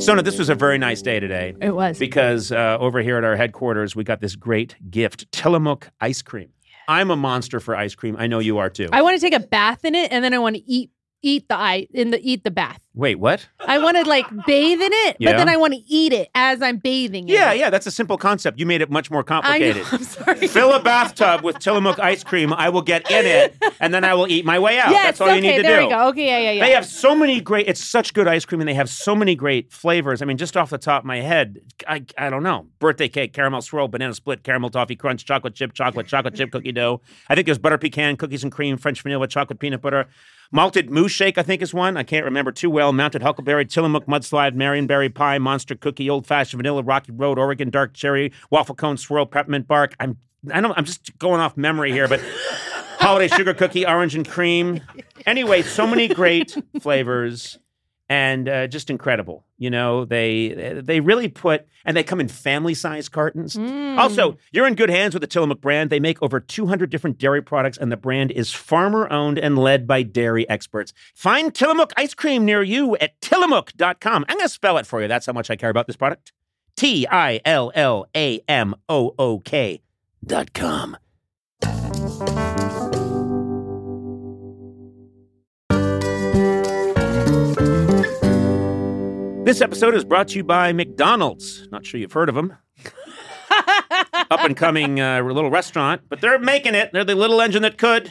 Sona, this was a very nice day today It was. because uh, over here at our headquarters, we got this great gift Tillamook ice cream. I'm a monster for ice cream. I know you are too. I want to take a bath in it, and then I want to eat eat the i in the eat the bath. Wait, what? I want to like bathe in it, Yeah. but then I want to eat it as I'm bathing. in Yeah, it. yeah, that's a simple concept. You made it much more I know. complicated. I'm sorry. Fill a bathtub with Tillamook ice cream. I will get in it, and then I will eat my way out. yes. that's all okay. you need to there do. we go. Okay. Yeah. Yeah. Yeah. They have so many great. It's such good ice cream, and they have so many great flavors. I mean, just off the top of my head, I I don't know. Birthday cake, caramel swirl, banana split, caramel toffee crunch, chocolate chip, chocolate, chocolate chip cookie dough. I think there's butter pecan, cookies and cream, French vanilla, chocolate peanut butter, malted moose shake. I think is one. I can't remember too well. Mounted huckleberry, Tillamook mudslide, Marionberry pie, monster cookie, old fashioned vanilla, Rocky Road, Oregon dark cherry, waffle cone swirl, peppermint bark. I'm I don't. I'm just going off memory here, but holiday sugar cookie, orange and cream. Anyway, so many great flavors and uh, just incredible. You know, they they really put and they come in family size cartons. Mm. Also, you're in good hands with the Tillamook brand. They make over 200 different dairy products, and the brand is farmer owned and led by dairy experts. Find Tillamook ice cream near you at tillamook.com. I'm going to spell it for you. That's how much I care about this product. T I L L A M O O K dot com. This episode is brought to you by McDonald's. Not sure you've heard of them. Up and coming uh, little restaurant, but they're making it. They're the little engine that could.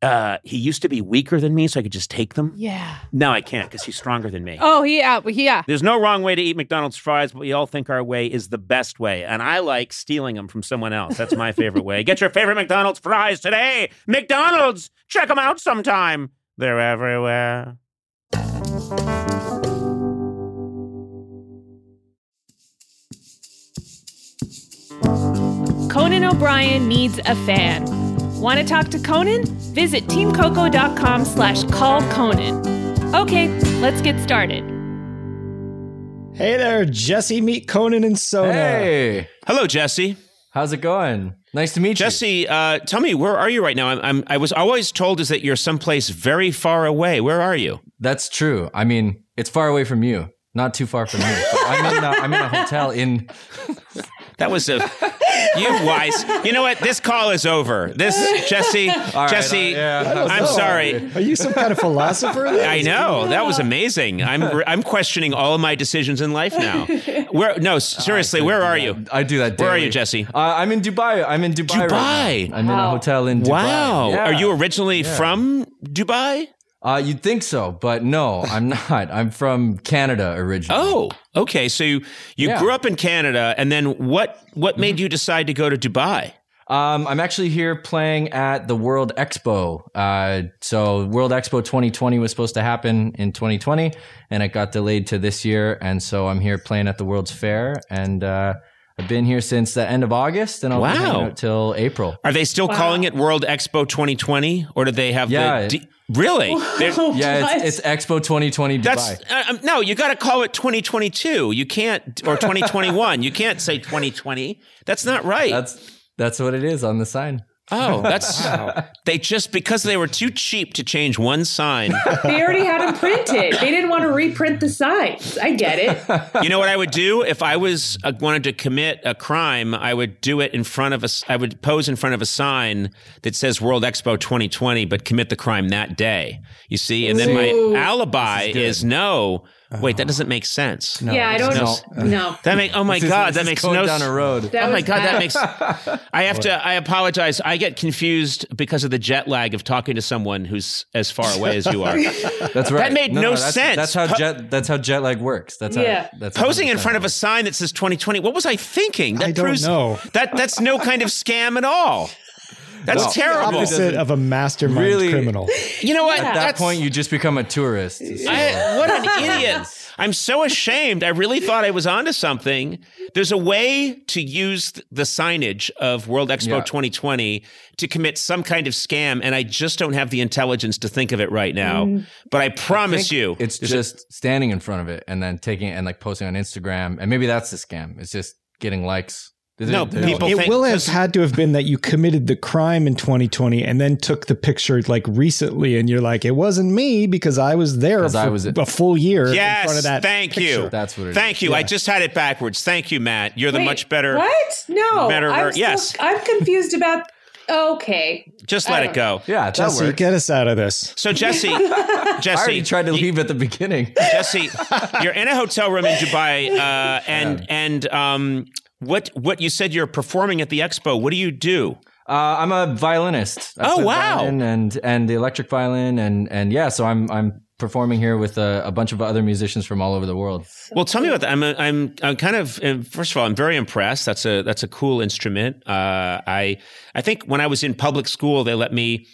uh, he used to be weaker than me, so I could just take them. Yeah. Now I can't because he's stronger than me. Oh. He. Yeah. Yeah. There's no wrong way to eat McDonald's fries, but we all think our way is the best way. And I like stealing them from someone else. That's my favorite way. Get your favorite McDonald's fries today. McDonald's! Check them out sometime. They're everywhere. Conan O'Brien needs a fan. Want to talk to Conan? Visit teamcoco.com slash call Conan. Okay, let's get started. Hey there, Jesse. Meet Conan and Sona. Hey, Hello, Jesse. how's it going? Nice to meet you. Jesse, uh, tell me, where are you right now? I'm, I'm, I was always told is that you're someplace very far away. Where are you? That's true. I mean, it's far away from you, not too far from me. But I'm in. A, I'm in a hotel in. That was a you wise. You know what? This call is over. This Jesse, right, Jesse, uh, yeah. I don't I'm know. sorry. Are you some kind of philosopher? I know that was amazing. I'm I'm questioning all of my decisions in life now. Where? No, seriously, where are you? I Oh, do that. Daily. Where are you, Jesse? Uh, I'm in Dubai. I'm in Dubai. right Dubai? now. I'm in a hotel in Dubai. Wow, Yeah. are you originally from Dubai? Uh, you'd think so, but no, I'm not. I'm from Canada originally. Oh, okay. So you you Yeah. Mm-hmm. grew up in Canada, and then what what made you decide to go to Dubai? Um, I'm actually here playing at the World Expo. Uh, so World Expo 2020 was supposed to happen in 2020, and it got delayed to this year. And so I'm here playing at the World's Fair, and uh, I've been here since the end of August, and I'll Wow. be hanging out till April. Are they still calling it World Expo 2020, or do they have Yeah. the D- really? They're- Yeah, it's, it's Expo 2020 Dubai. Oh That's uh, um, no, you got to call it 2022. You can't or 2021. you can't say 2020. That's not right. that's that's what it is on the sign. oh, that's they just because they were too cheap to change one sign. They already had them printed. They didn't want to reprint the signs. I get it. you know what I would do if I was uh, wanted to commit a crime? I would do it in front of a. s- I would pose in front of a sign that says World Expo 2020, but commit the crime that day. You see, and then my alibi is, no. Wait, that doesn't make sense. yeah, I don't Oh. No. know. No. That make oh my This is- god, this that is makes going no down s- a road. That oh my was god, that bad. makes. I have to. I apologize. I get confused because of the jet lag of talking to someone who's as far away as you are. That's right. That made no that's, sense. That's how Po- jet. That's how jet lag works. That's how. Yeah. That's Posing in 100% front of a sign that says 2020. What was I thinking? That I don't know. That that's no kind of scam at all. That's No. terrible. Opposite of a mastermind Really- criminal. You know what? At that That's- point, you just become a tourist. I, what an idiot! I'm so ashamed. I really thought I was onto something. There's a way to use th- the signage of World Expo Yeah. 2020 to commit some kind of scam, and I just don't have the intelligence to think of it right now. Mm. But I promise you, It's there's just standing in front of it and then taking it and like posting on Instagram. And maybe that's the scam. It's just getting likes. There's- No, there's- people- it think- will have had to have been that you committed the crime in 2020 and then took the picture like recently, and you're like, it wasn't me because I was there 'Cause for I was at- a full year in front yes. of that. Thank you. That's what it is. Thank you. I just had it backwards. Thank you, Matt. You're the Wait, much better. What? No. better I'm ver- still- yes. I'm confused about. Okay. Just let it go. Yeah, that Jesse, works. get us out of this. So Jesse, Oh. I Jesse, already tried to leave at the beginning. Jesse, you're in a hotel room in Dubai, uh, and and um, what what you said you're performing at the expo. What do you do? Uh, I'm a violinist. I Oh, play wow. violin and and the electric violin and and yeah, so I'm I'm performing here with a, a bunch of other musicians from all over the world. Well, tell me about that. I'm a, I'm I'm kind of um, first of all, I'm very impressed. That's a that's a cool instrument. Uh, I I think when I was in public school, they let me.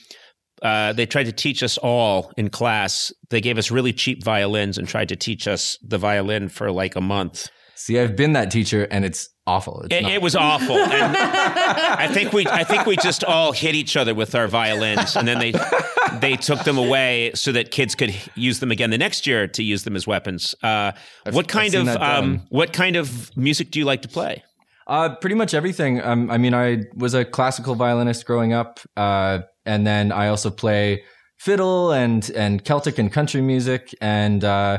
Uh, they tried to teach us all in class. They gave us really cheap violins and tried to teach us the violin for like a month. See, I've been that teacher and it's awful. It's It, not- it was awful. And I think we I think we just all hit each other with our violins, and then they they took them away so that kids could use them again the next year to use them as weapons. Uh, what kind seen of that done. um, what kind of music do you like to play? Uh, pretty much everything. Um, I mean, I was a classical violinist growing up, uh, and then I also play fiddle and and Celtic and country music, and uh,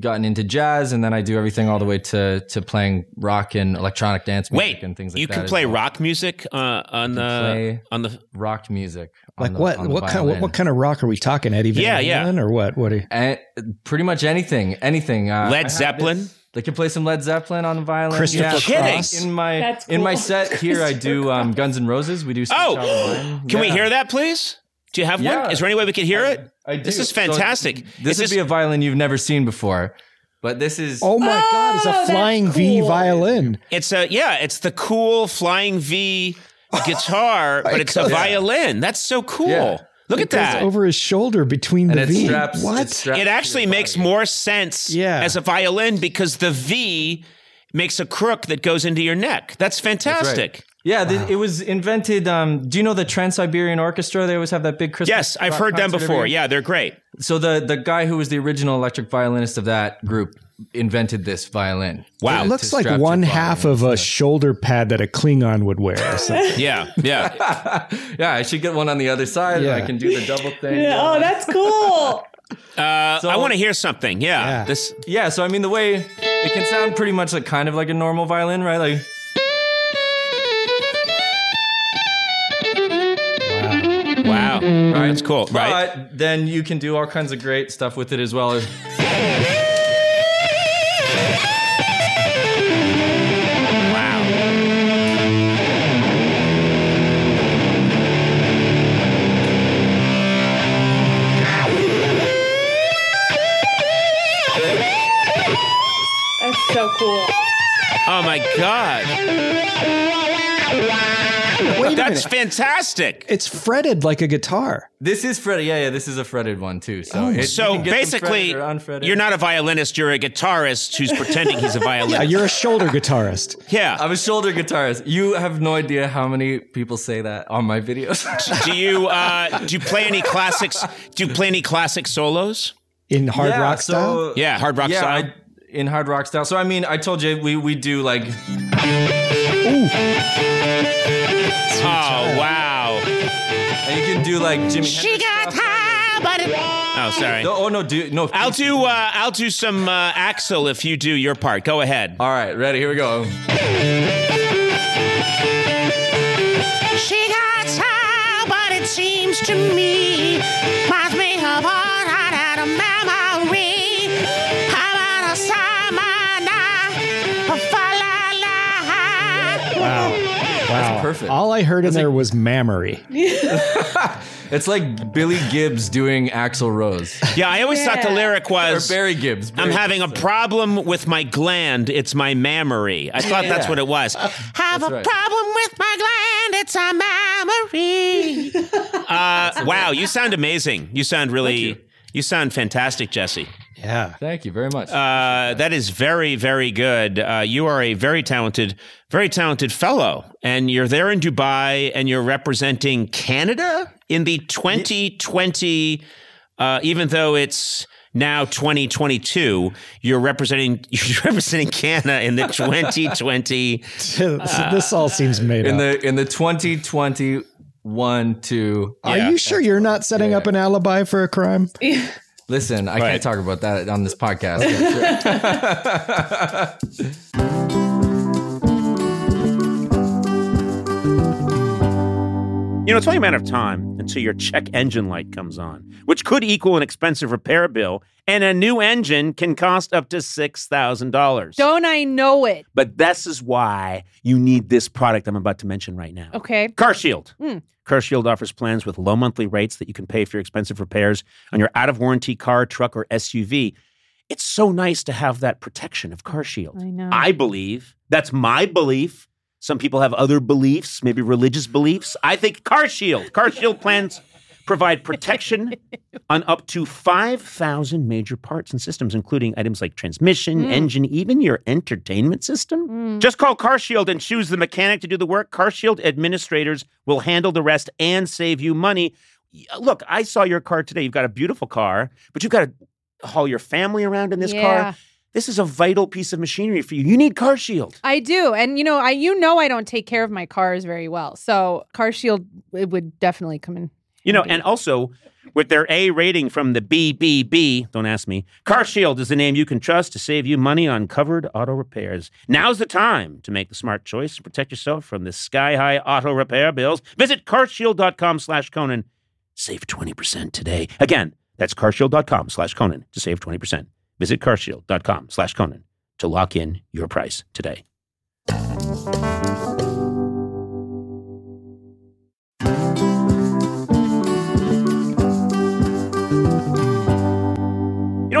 gotten into jazz, and then I do everything all the way to to playing rock and electronic dance music Wait, and things like you that. can as play well. rock music uh, on the play on the rock music. on Like the- what? on the What kind? What, violin. what kind of rock are we talking? Eddie Van Yeah, yeah. Halen or what? What? Are you, And pretty much anything, anything. Uh, I Led have Zeppelin. this- They can play some Led Zeppelin on the violin. Christopher yeah, Kidding. Cross. In my That's in my cool. set here, I do um, Guns N' Roses. We do. Sweet Oh! Child O' Mine. Can we Yeah. hear that, please? Do you have Yeah. one? Is there any way we could hear I- it? I do. This is So fantastic. this Is would be a violin you've never seen before, but this is oh my God! It's a that's flying V cool. violin. It's a yeah, it's the cool flying V guitar, but it's a God. violin. That's so cool. Yeah. Look at It goes that. over his shoulder between and the it V. straps. what? It, straps It to your actually body. makes more sense Yeah. as a violin because the V makes a crook that goes into your neck. That's fantastic. Yeah, th- it was invented. Um, do you know the Trans Siberian Orchestra? They always have that big Christmas. Yes, I've rock heard them concert every before. year. Yeah, they're great. So the the guy who was the original electric violinist of that group invented this violin. Wow. It looks to like strap to one your body half and of a shoulder pad that a Klingon would wear. or something. Yeah, yeah. yeah, I should get one on the other side. Yeah. I can do the double thing. Yeah, Oh, that's cool. Uh, So- I want to hear something. Yeah, Yeah. this. Yeah, so I mean the way it can sound pretty much like kind of like a normal violin, right? Like Wow, that's cool. Right. But then you can do all kinds of great stuff with it as well. As, Wow. That's so cool. Oh my god, Wait a that's minute. fantastic. It's fretted like a guitar. this is fretted. Yeah, yeah, this is a fretted one too. So, Oh. it, you So can get them fretted basically, or unfretted. you're not a violinist. You're a guitarist who's pretending he's a Yeah, violinist. Uh, you're a shoulder guitarist. Yeah. I'm a shoulder guitarist. You have no idea how many people say that on my videos. Do you uh, do you play any classics? Do you play any classic solos? In hard yeah, rock so- style? Yeah, hard rock yeah, style. I, in hard rock style. So I mean, I told you we we do like oh wow! and you can do like Jimmy. She got Oh sorry. No, oh no, do no. I'll do uh, I'll do some uh, Axel if you do your part. Go ahead. All right, ready. Here we go. She got sour, but it seems to me reminds me of what I had a memory. How about a samana, a fa la la? Wow. perfect. All I heard in there was mammary. It's like Billy Gibbs doing Axl Rose Yeah, I always thought the Yeah. lyric or was Barry Gibbs. I'm Barry having a Gibbs. problem with my gland. It's my mammary. I thought that's Yeah. what it was. Have a right. problem with my gland, it's a memory. Uh, wow, you sound amazing. You sound really. You sound fantastic, Jesse. Yeah. Thank you very much. Uh, that is very, very good. Uh, you are a very talented, very talented fellow, and you're there in Dubai, and you're representing Canada in the 2020. Uh, even though it's now 2022, you're representing you're representing Canada in the 2020. So this all seems made in up. the in the 2021 two. Yeah. Are you sure you're not setting up an alibi for a crime? Listen, I Right. can't talk about that on this podcast. Yeah, sure. You know, it's only a matter of time until your check engine light comes on, which could equal an expensive repair bill, and a new engine can cost up to $6,000. Don't I know it? But this is why you need this product I'm about to mention right now. Okay. Car Shield. Hmm. Car Shield offers plans with low monthly rates that you can pay for your expensive repairs on your out of warranty car, truck, or SUV. It's so nice to have that protection of Car Shield. I know. I believe. That's my belief. Some people have other beliefs, maybe religious beliefs. I think Car Shield, Car Shield plans provide protection on up to 5,000 major parts and systems, including items like transmission, engine, even your entertainment system. Just call Car Shield and choose the mechanic to do the work. Car Shield administrators will handle the rest and save you money. Y- uh, Look, I saw your car today. You've got a beautiful car, but you've got to haul your family around in this Yeah. car. This is a vital piece of machinery for you. You need Car Shield. I do. And you know, I you know I don't take care of my cars very well. So car shield it would definitely come in. You know, and also with their A rating from the BBB, don't ask me, Car Shield is the name you can trust to save you money on covered auto repairs. Now's the time to make the smart choice and protect yourself from the sky-high auto repair bills. Visit carshield.com slash Conan. Save 20% today. Again, that's carshield.com slash Conan to save 20%. Visit carshield.com slash Conan to lock in your price today. You know,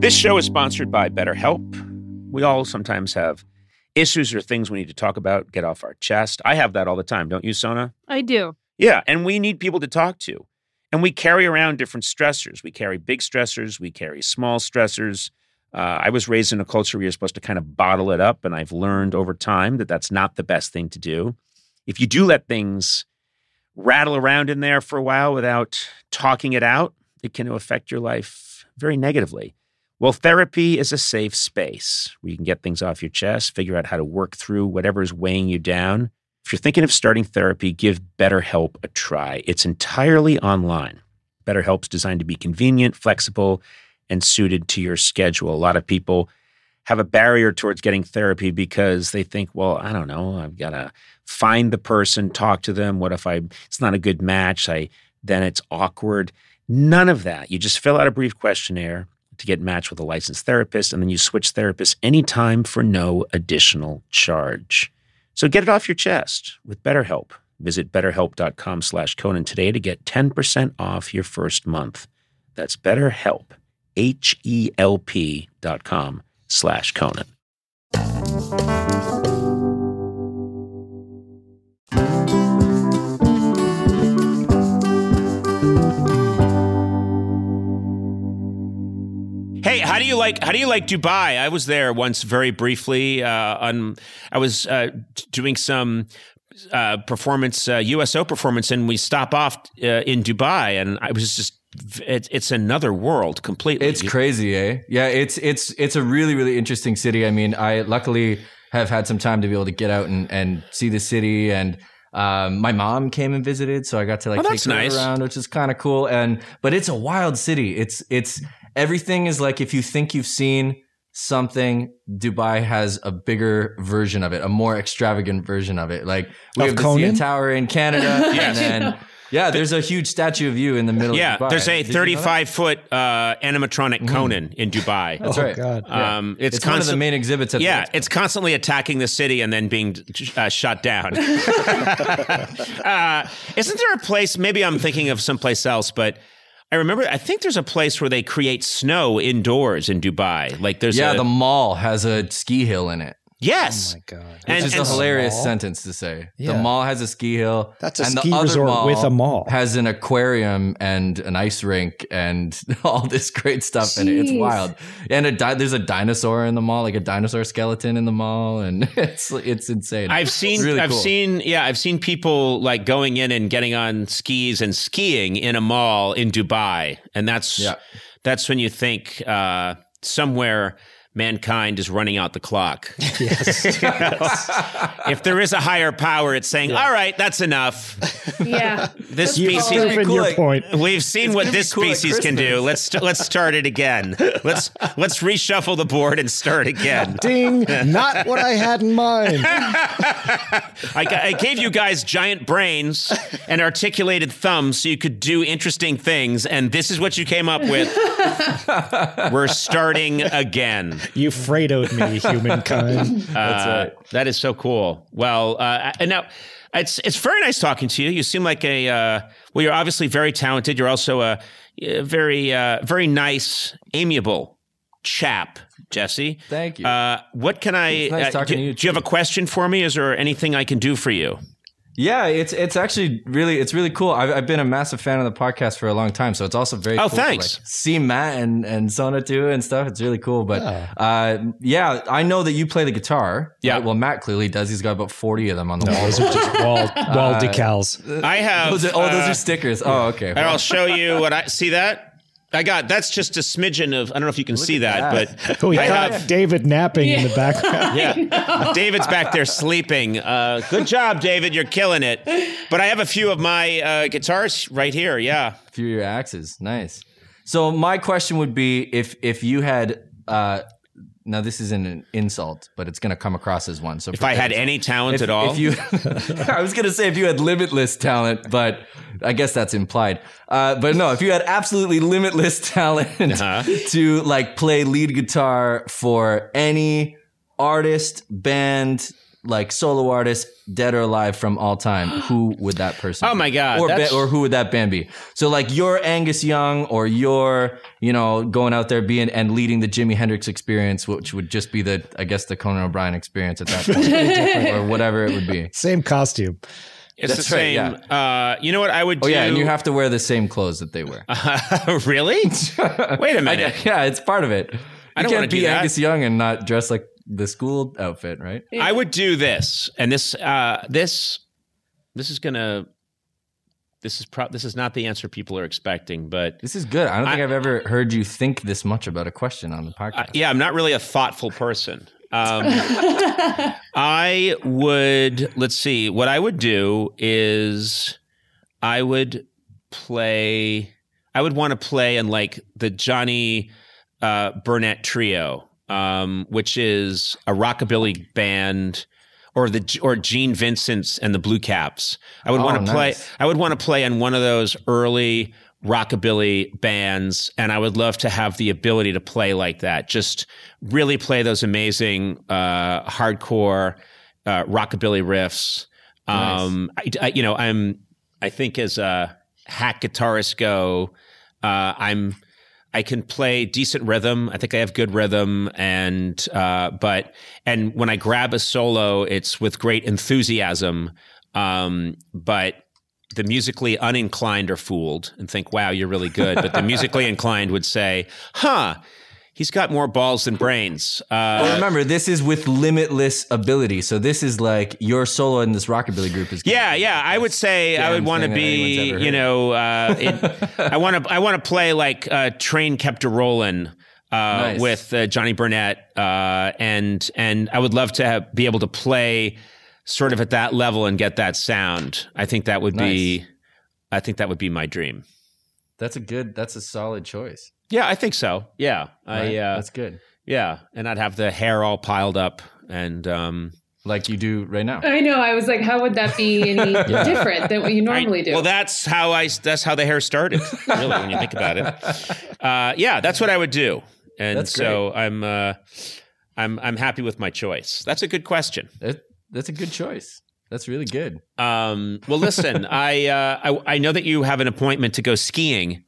This show is sponsored by BetterHelp. We all sometimes have issues or things we need to talk about, get off our chest. I have that all the time, don't you, Sona? I do. Yeah, and we need people to talk to. And we carry around different stressors. We carry big stressors, we carry small stressors. Uh, I was raised in a culture where you're supposed to kind of bottle it up, and I've learned over time that that's not the best thing to do. If you do let things rattle around in there for a while without talking it out, it can affect your life very negatively. Well, therapy is a safe space where you can get things off your chest, figure out how to work through whatever is weighing you down. If you're thinking of starting therapy, give BetterHelp a try. It's entirely online. BetterHelp's designed to be convenient, flexible, and suited to your schedule. A lot of people have a barrier towards getting therapy because they think, well, I don't know, I've got to find the person, talk to them. What if I it's not a good match? I then it's awkward. None of that. You just fill out a brief questionnaire to get matched with a licensed therapist, and then you switch therapists anytime for no additional charge. So get it off your chest with BetterHelp. Visit betterhelp.com slash Conan today to get 10% off your first month. That's BetterHelp, H-E-L-P dot com slash Conan. Hey, how do you like how do you like Dubai? I was there once very briefly. Uh, on I was uh, t- doing some uh, performance uh, USO performance, and we stop off uh, in Dubai, and I was just it, it's another world completely. It's crazy, eh? Yeah, it's it's it's a really really interesting city. I mean, I luckily have had some time to be able to get out and and see the city and. Um, my mom came and visited, so I got to like Oh, take that's her nice. around, which is kind of cool. And but it's a wild city. It's it's everything is like if you think you've seen something, Dubai has a bigger version of it, a more extravagant version of it. Like we Of have the CN Conan? Tower in Canada, Yes. and then, yeah, there's a huge statue of you in the middle. yeah, of Dubai. there's a Did you know that? Mm-hmm. 35 foot uh, animatronic Conan in Dubai. That's oh right. God. Um, it's It's one of the constant- main exhibits at the Yeah, Expo. it's constantly attacking the city and then being uh, shut down. uh, isn't there a place? Maybe I'm thinking of someplace else, but I remember. I think there's a place where they create snow indoors in Dubai. Like there's yeah, a, the mall has a ski hill in it, yes, my God. which And- is a and- hilarious Mall? sentence to say. The Yeah. mall has a ski hill. That's a and ski the other resort with a mall. Has an aquarium and an ice rink and all this great stuff in it. It's Jeez. wild. And a di- there's a dinosaur in the mall, like a dinosaur skeleton in the mall, and it's it's insane. I've seen, It's really I've cool. seen, yeah, I've seen people like going in and getting on skis and skiing in a mall in Dubai, and that's Yeah. that's when you think uh, somewhere mankind is running out the clock. if there is a higher power, it's saying, "All right, that's enough. Yeah. This You've You've Basically, species." proven cool, your like- point. We've seen It's what gonna be this cool at species can do. Christmas. Let's let's start it again. Let's let's reshuffle the board and start again. Ding! Not what I had in mind. I, g- I gave you guys giant brains and articulated thumbs so you could do interesting things, and this is what you came up with. We're starting again. You Fredoed me, humankind. Uh, That is so cool. Well, uh, and now it's it's very nice talking to you. You seem like a uh, well. You're obviously very talented. You're also a, uh very uh, very nice, amiable chap, Jesse. Thank you. Uh, what can I? It's nice uh, talking do, to you, do you have a question for me? Is there anything I can do for you? Yeah, it's it's actually really it's really cool. I've, I've been a massive fan of the podcast for a long time, so it's also very Oh, cool to, like, thanks. see Matt and and Sona too and stuff. It's really cool. But uh, yeah, I know that you play the guitar. Yeah. right? Well, Matt clearly does. He's got about forty of them on the wall. Those are just wall, wall decals. I have. Those are- oh, those uh, are stickers. Oh, okay. And I'll show you what I see that. I got that's just a smidgen of I don't know if you can see that, Oh, but We I caught have David napping in the background. yeah. David's back there sleeping. Uh, good job, David. You're killing it. But I have a few of my uh, guitars right here. Yeah. Through your axes, nice. So my question would be if if you had uh, now this isn't an insult, but it's going to come across as one. So If I had any talent if, at all, if you, I was gonna say if you had limitless talent, but I guess that's implied. Uh, but no, if you had absolutely limitless talent Uh-huh. to like play lead guitar for any artist, band, like solo artist, dead or alive from all time, who would that person? Oh be? my God, Or ba- that's- or who would that band be? So like you're Angus Young, or you're you know going out there being and leading the Jimi Hendrix experience, which would just be the I guess the Conan O'Brien experience at that point, or whatever it would be. Same costume. It's That's the right, same. uh, you know what I would Oh do? yeah, and you have to wear the same clothes that they wear. Oh, really? Wait a minute. I- yeah, it's part of it. You I don't wanna can't do be that. Angus Young and not dress like the school outfit, right? I would do this, and this, uh, this, this is gonna, this is pro- this is not the answer people are expecting, but This is good. I don't think I, have ever heard you think this much about a question on the uh, podcast. yeah, I'm not really a thoughtful person. Um, I would let's see. What I would do is I would play. I would want to play in like the Johnny uh, Burnett Trio, um, which is a rockabilly band, or the or Gene Vincent's and the Blue Caps. I would Oh, want to play. nice. I would want to play in one of those early rockabilly bands, and I would love to have the ability to play like that. Just really play those amazing uh, hardcore uh, rockabilly riffs. Um, I, I- you know, I'm. I think as a hack guitarist go, uh, I'm. I can play decent rhythm. I think I have good rhythm, and uh, but and when I grab a solo, it's with great enthusiasm. Um, but the musically uninclined are fooled and think, "Wow, you're really good." But the musically inclined would say, "Huh, he's got more balls than brains." But Uh, remember, this is with limitless ability. So this is like your solo in this rockabilly group is. gonna yeah, be yeah. I would say I damn would want to thing that be, anyone's ever you heard. know, uh, it, I want to I want to play like uh, "Train Kept a Rollin'" uh, Nice. with uh, Johnny Burnett, uh, and and I would love to have, be able to play sort of at that level and get that sound. I think that would be, I think that would be my dream. That's a good. That's a solid choice. Yeah, I think so. Yeah, right? I, uh, that's good. yeah, and I'd have the hair all piled up and. Um, Like you do right now. I know. I was like, how would that be any different than what you normally do? Well, that's how I. That's how the hair started. Really, when you think about it. Uh, yeah, that's what I would do. And That's so I'm. Uh, I'm. I'm happy with my choice. That's a good question. That, that's a good choice. That's really good. Um, well, listen, I, uh, I. I know that you have an appointment to go skiing.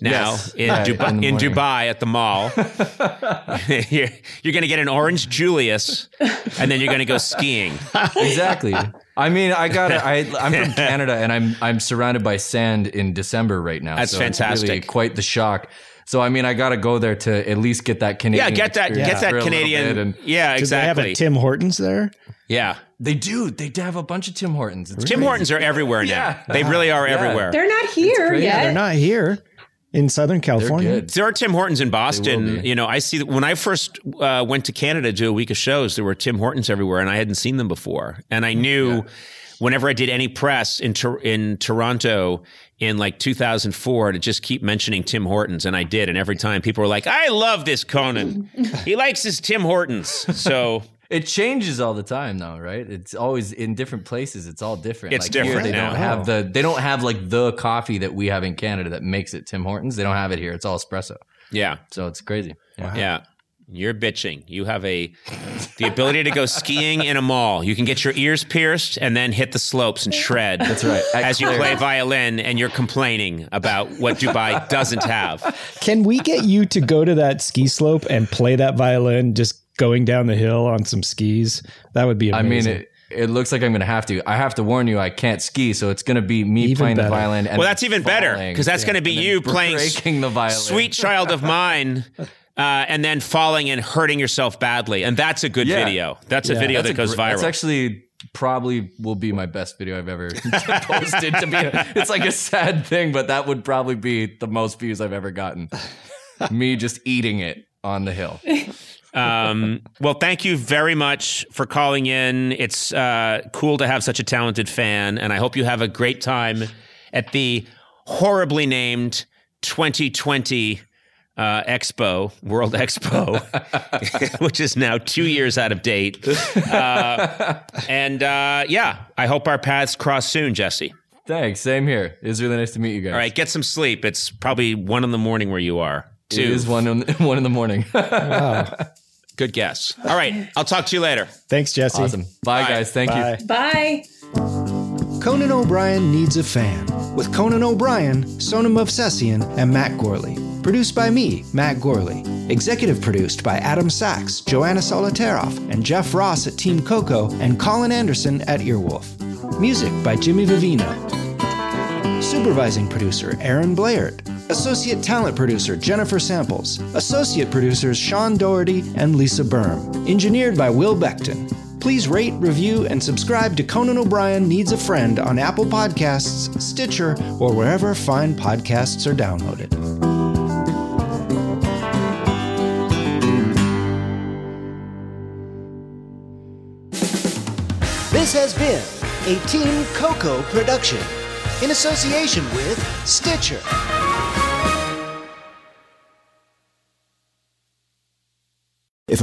Now Yes. in, Yeah, Dubai, in in, the morning. Dubai at the mall, you're, you're going to get an orange Julius, and then you're going to go skiing. Exactly. I mean, I got. I I'm from Canada, and I'm I'm surrounded by sand in December right now. That's so it's fantastic. really quite the shock. So I mean, I got to go there to at least get that Canadian. Yeah, get that. experience Get for that a little bit Canadian. and- yeah, Do they have exactly. a Tim Hortons there? yeah. They do. They do have a bunch of Tim Hortons. It's Tim crazy. Hortons are everywhere now. They really are Yeah. everywhere. they're not here crazy. yet. They're not here in Southern They're California. good. There are Tim Hortons in They will Boston. be. You know, I see that when I first uh, went to Canada to do a week of shows, there were Tim Hortons everywhere, and I hadn't seen them before. And I knew whenever I did any press in Tor- in Toronto in like 2004 to just keep mentioning Tim Hortons, and I did. And every time people were like, "I love this Conan. he likes his Tim Hortons." So. It changes all the time, though, right? It's always in different places. It's all different. It's like Here, different they now. don't have the. They don't have like the coffee that we have in Canada that makes it Tim Hortons. They don't have it here. It's all espresso. Yeah, So it's crazy. Yeah. yeah. You're bitching. You have a the ability to go skiing in a mall. You can get your ears pierced and then hit the slopes and shred. That's right. At As you Claire's. play violin and you're complaining about what Dubai doesn't have. Can we get you to go to that ski slope and play that violin just going down the hill on some skis? That would be I mean, amazing. it, it looks like I'm going to have to. I have to warn you, I can't ski, so it's going to be me Even playing better. the violin. And Well, that's even better falling. because that's Yeah. going to be And then you playing s- breaking the violin. "Sweet Child of Mine." Uh, and then falling and hurting yourself badly, and that's a good Yeah. video. That's a Yeah. video That's a that goes gr- viral. That's actually probably will be my best video I've ever posted. To be, it's like a sad thing, but that would probably be the most views I've ever gotten. Me just eating it on the hill. um, well, thank you very much for calling in. It's uh, cool to have such a talented fan, and I hope you have a great time at the horribly named 2020 uh, Expo, World Expo, which is now two years out of date. Uh, and uh, yeah, I hope our paths cross soon, Jesse. Thanks. Same here. It's really nice to meet you guys. All right, get some sleep. It's probably one in the morning where you are. It is one in, one in the morning. Good guess. All right. I'll talk to you later. Thanks, Jesse. Awesome. Bye, Bye. guys. Thank you. Bye. Bye. Conan O'Brien Needs a Fan with Conan O'Brien, Sonam Obsessian, and Matt Gorley. Produced by me, Matt Gorley. Executive produced by Adam Sachs, Joanna Solotaroff, and Jeff Ross at Team Coco, and Colin Anderson at Earwolf. Music by Jimmy Vivino. Supervising producer Aaron Blaird. Associate talent producer Jennifer Samples. Associate producers Sean Doherty and Lisa Berm. Engineered by Will Beckton. Please rate, review, and subscribe to Conan O'Brien Needs a Friend on Apple Podcasts, Stitcher, or wherever fine podcasts are downloaded. This has been a Team Coco production in association with Stitcher. If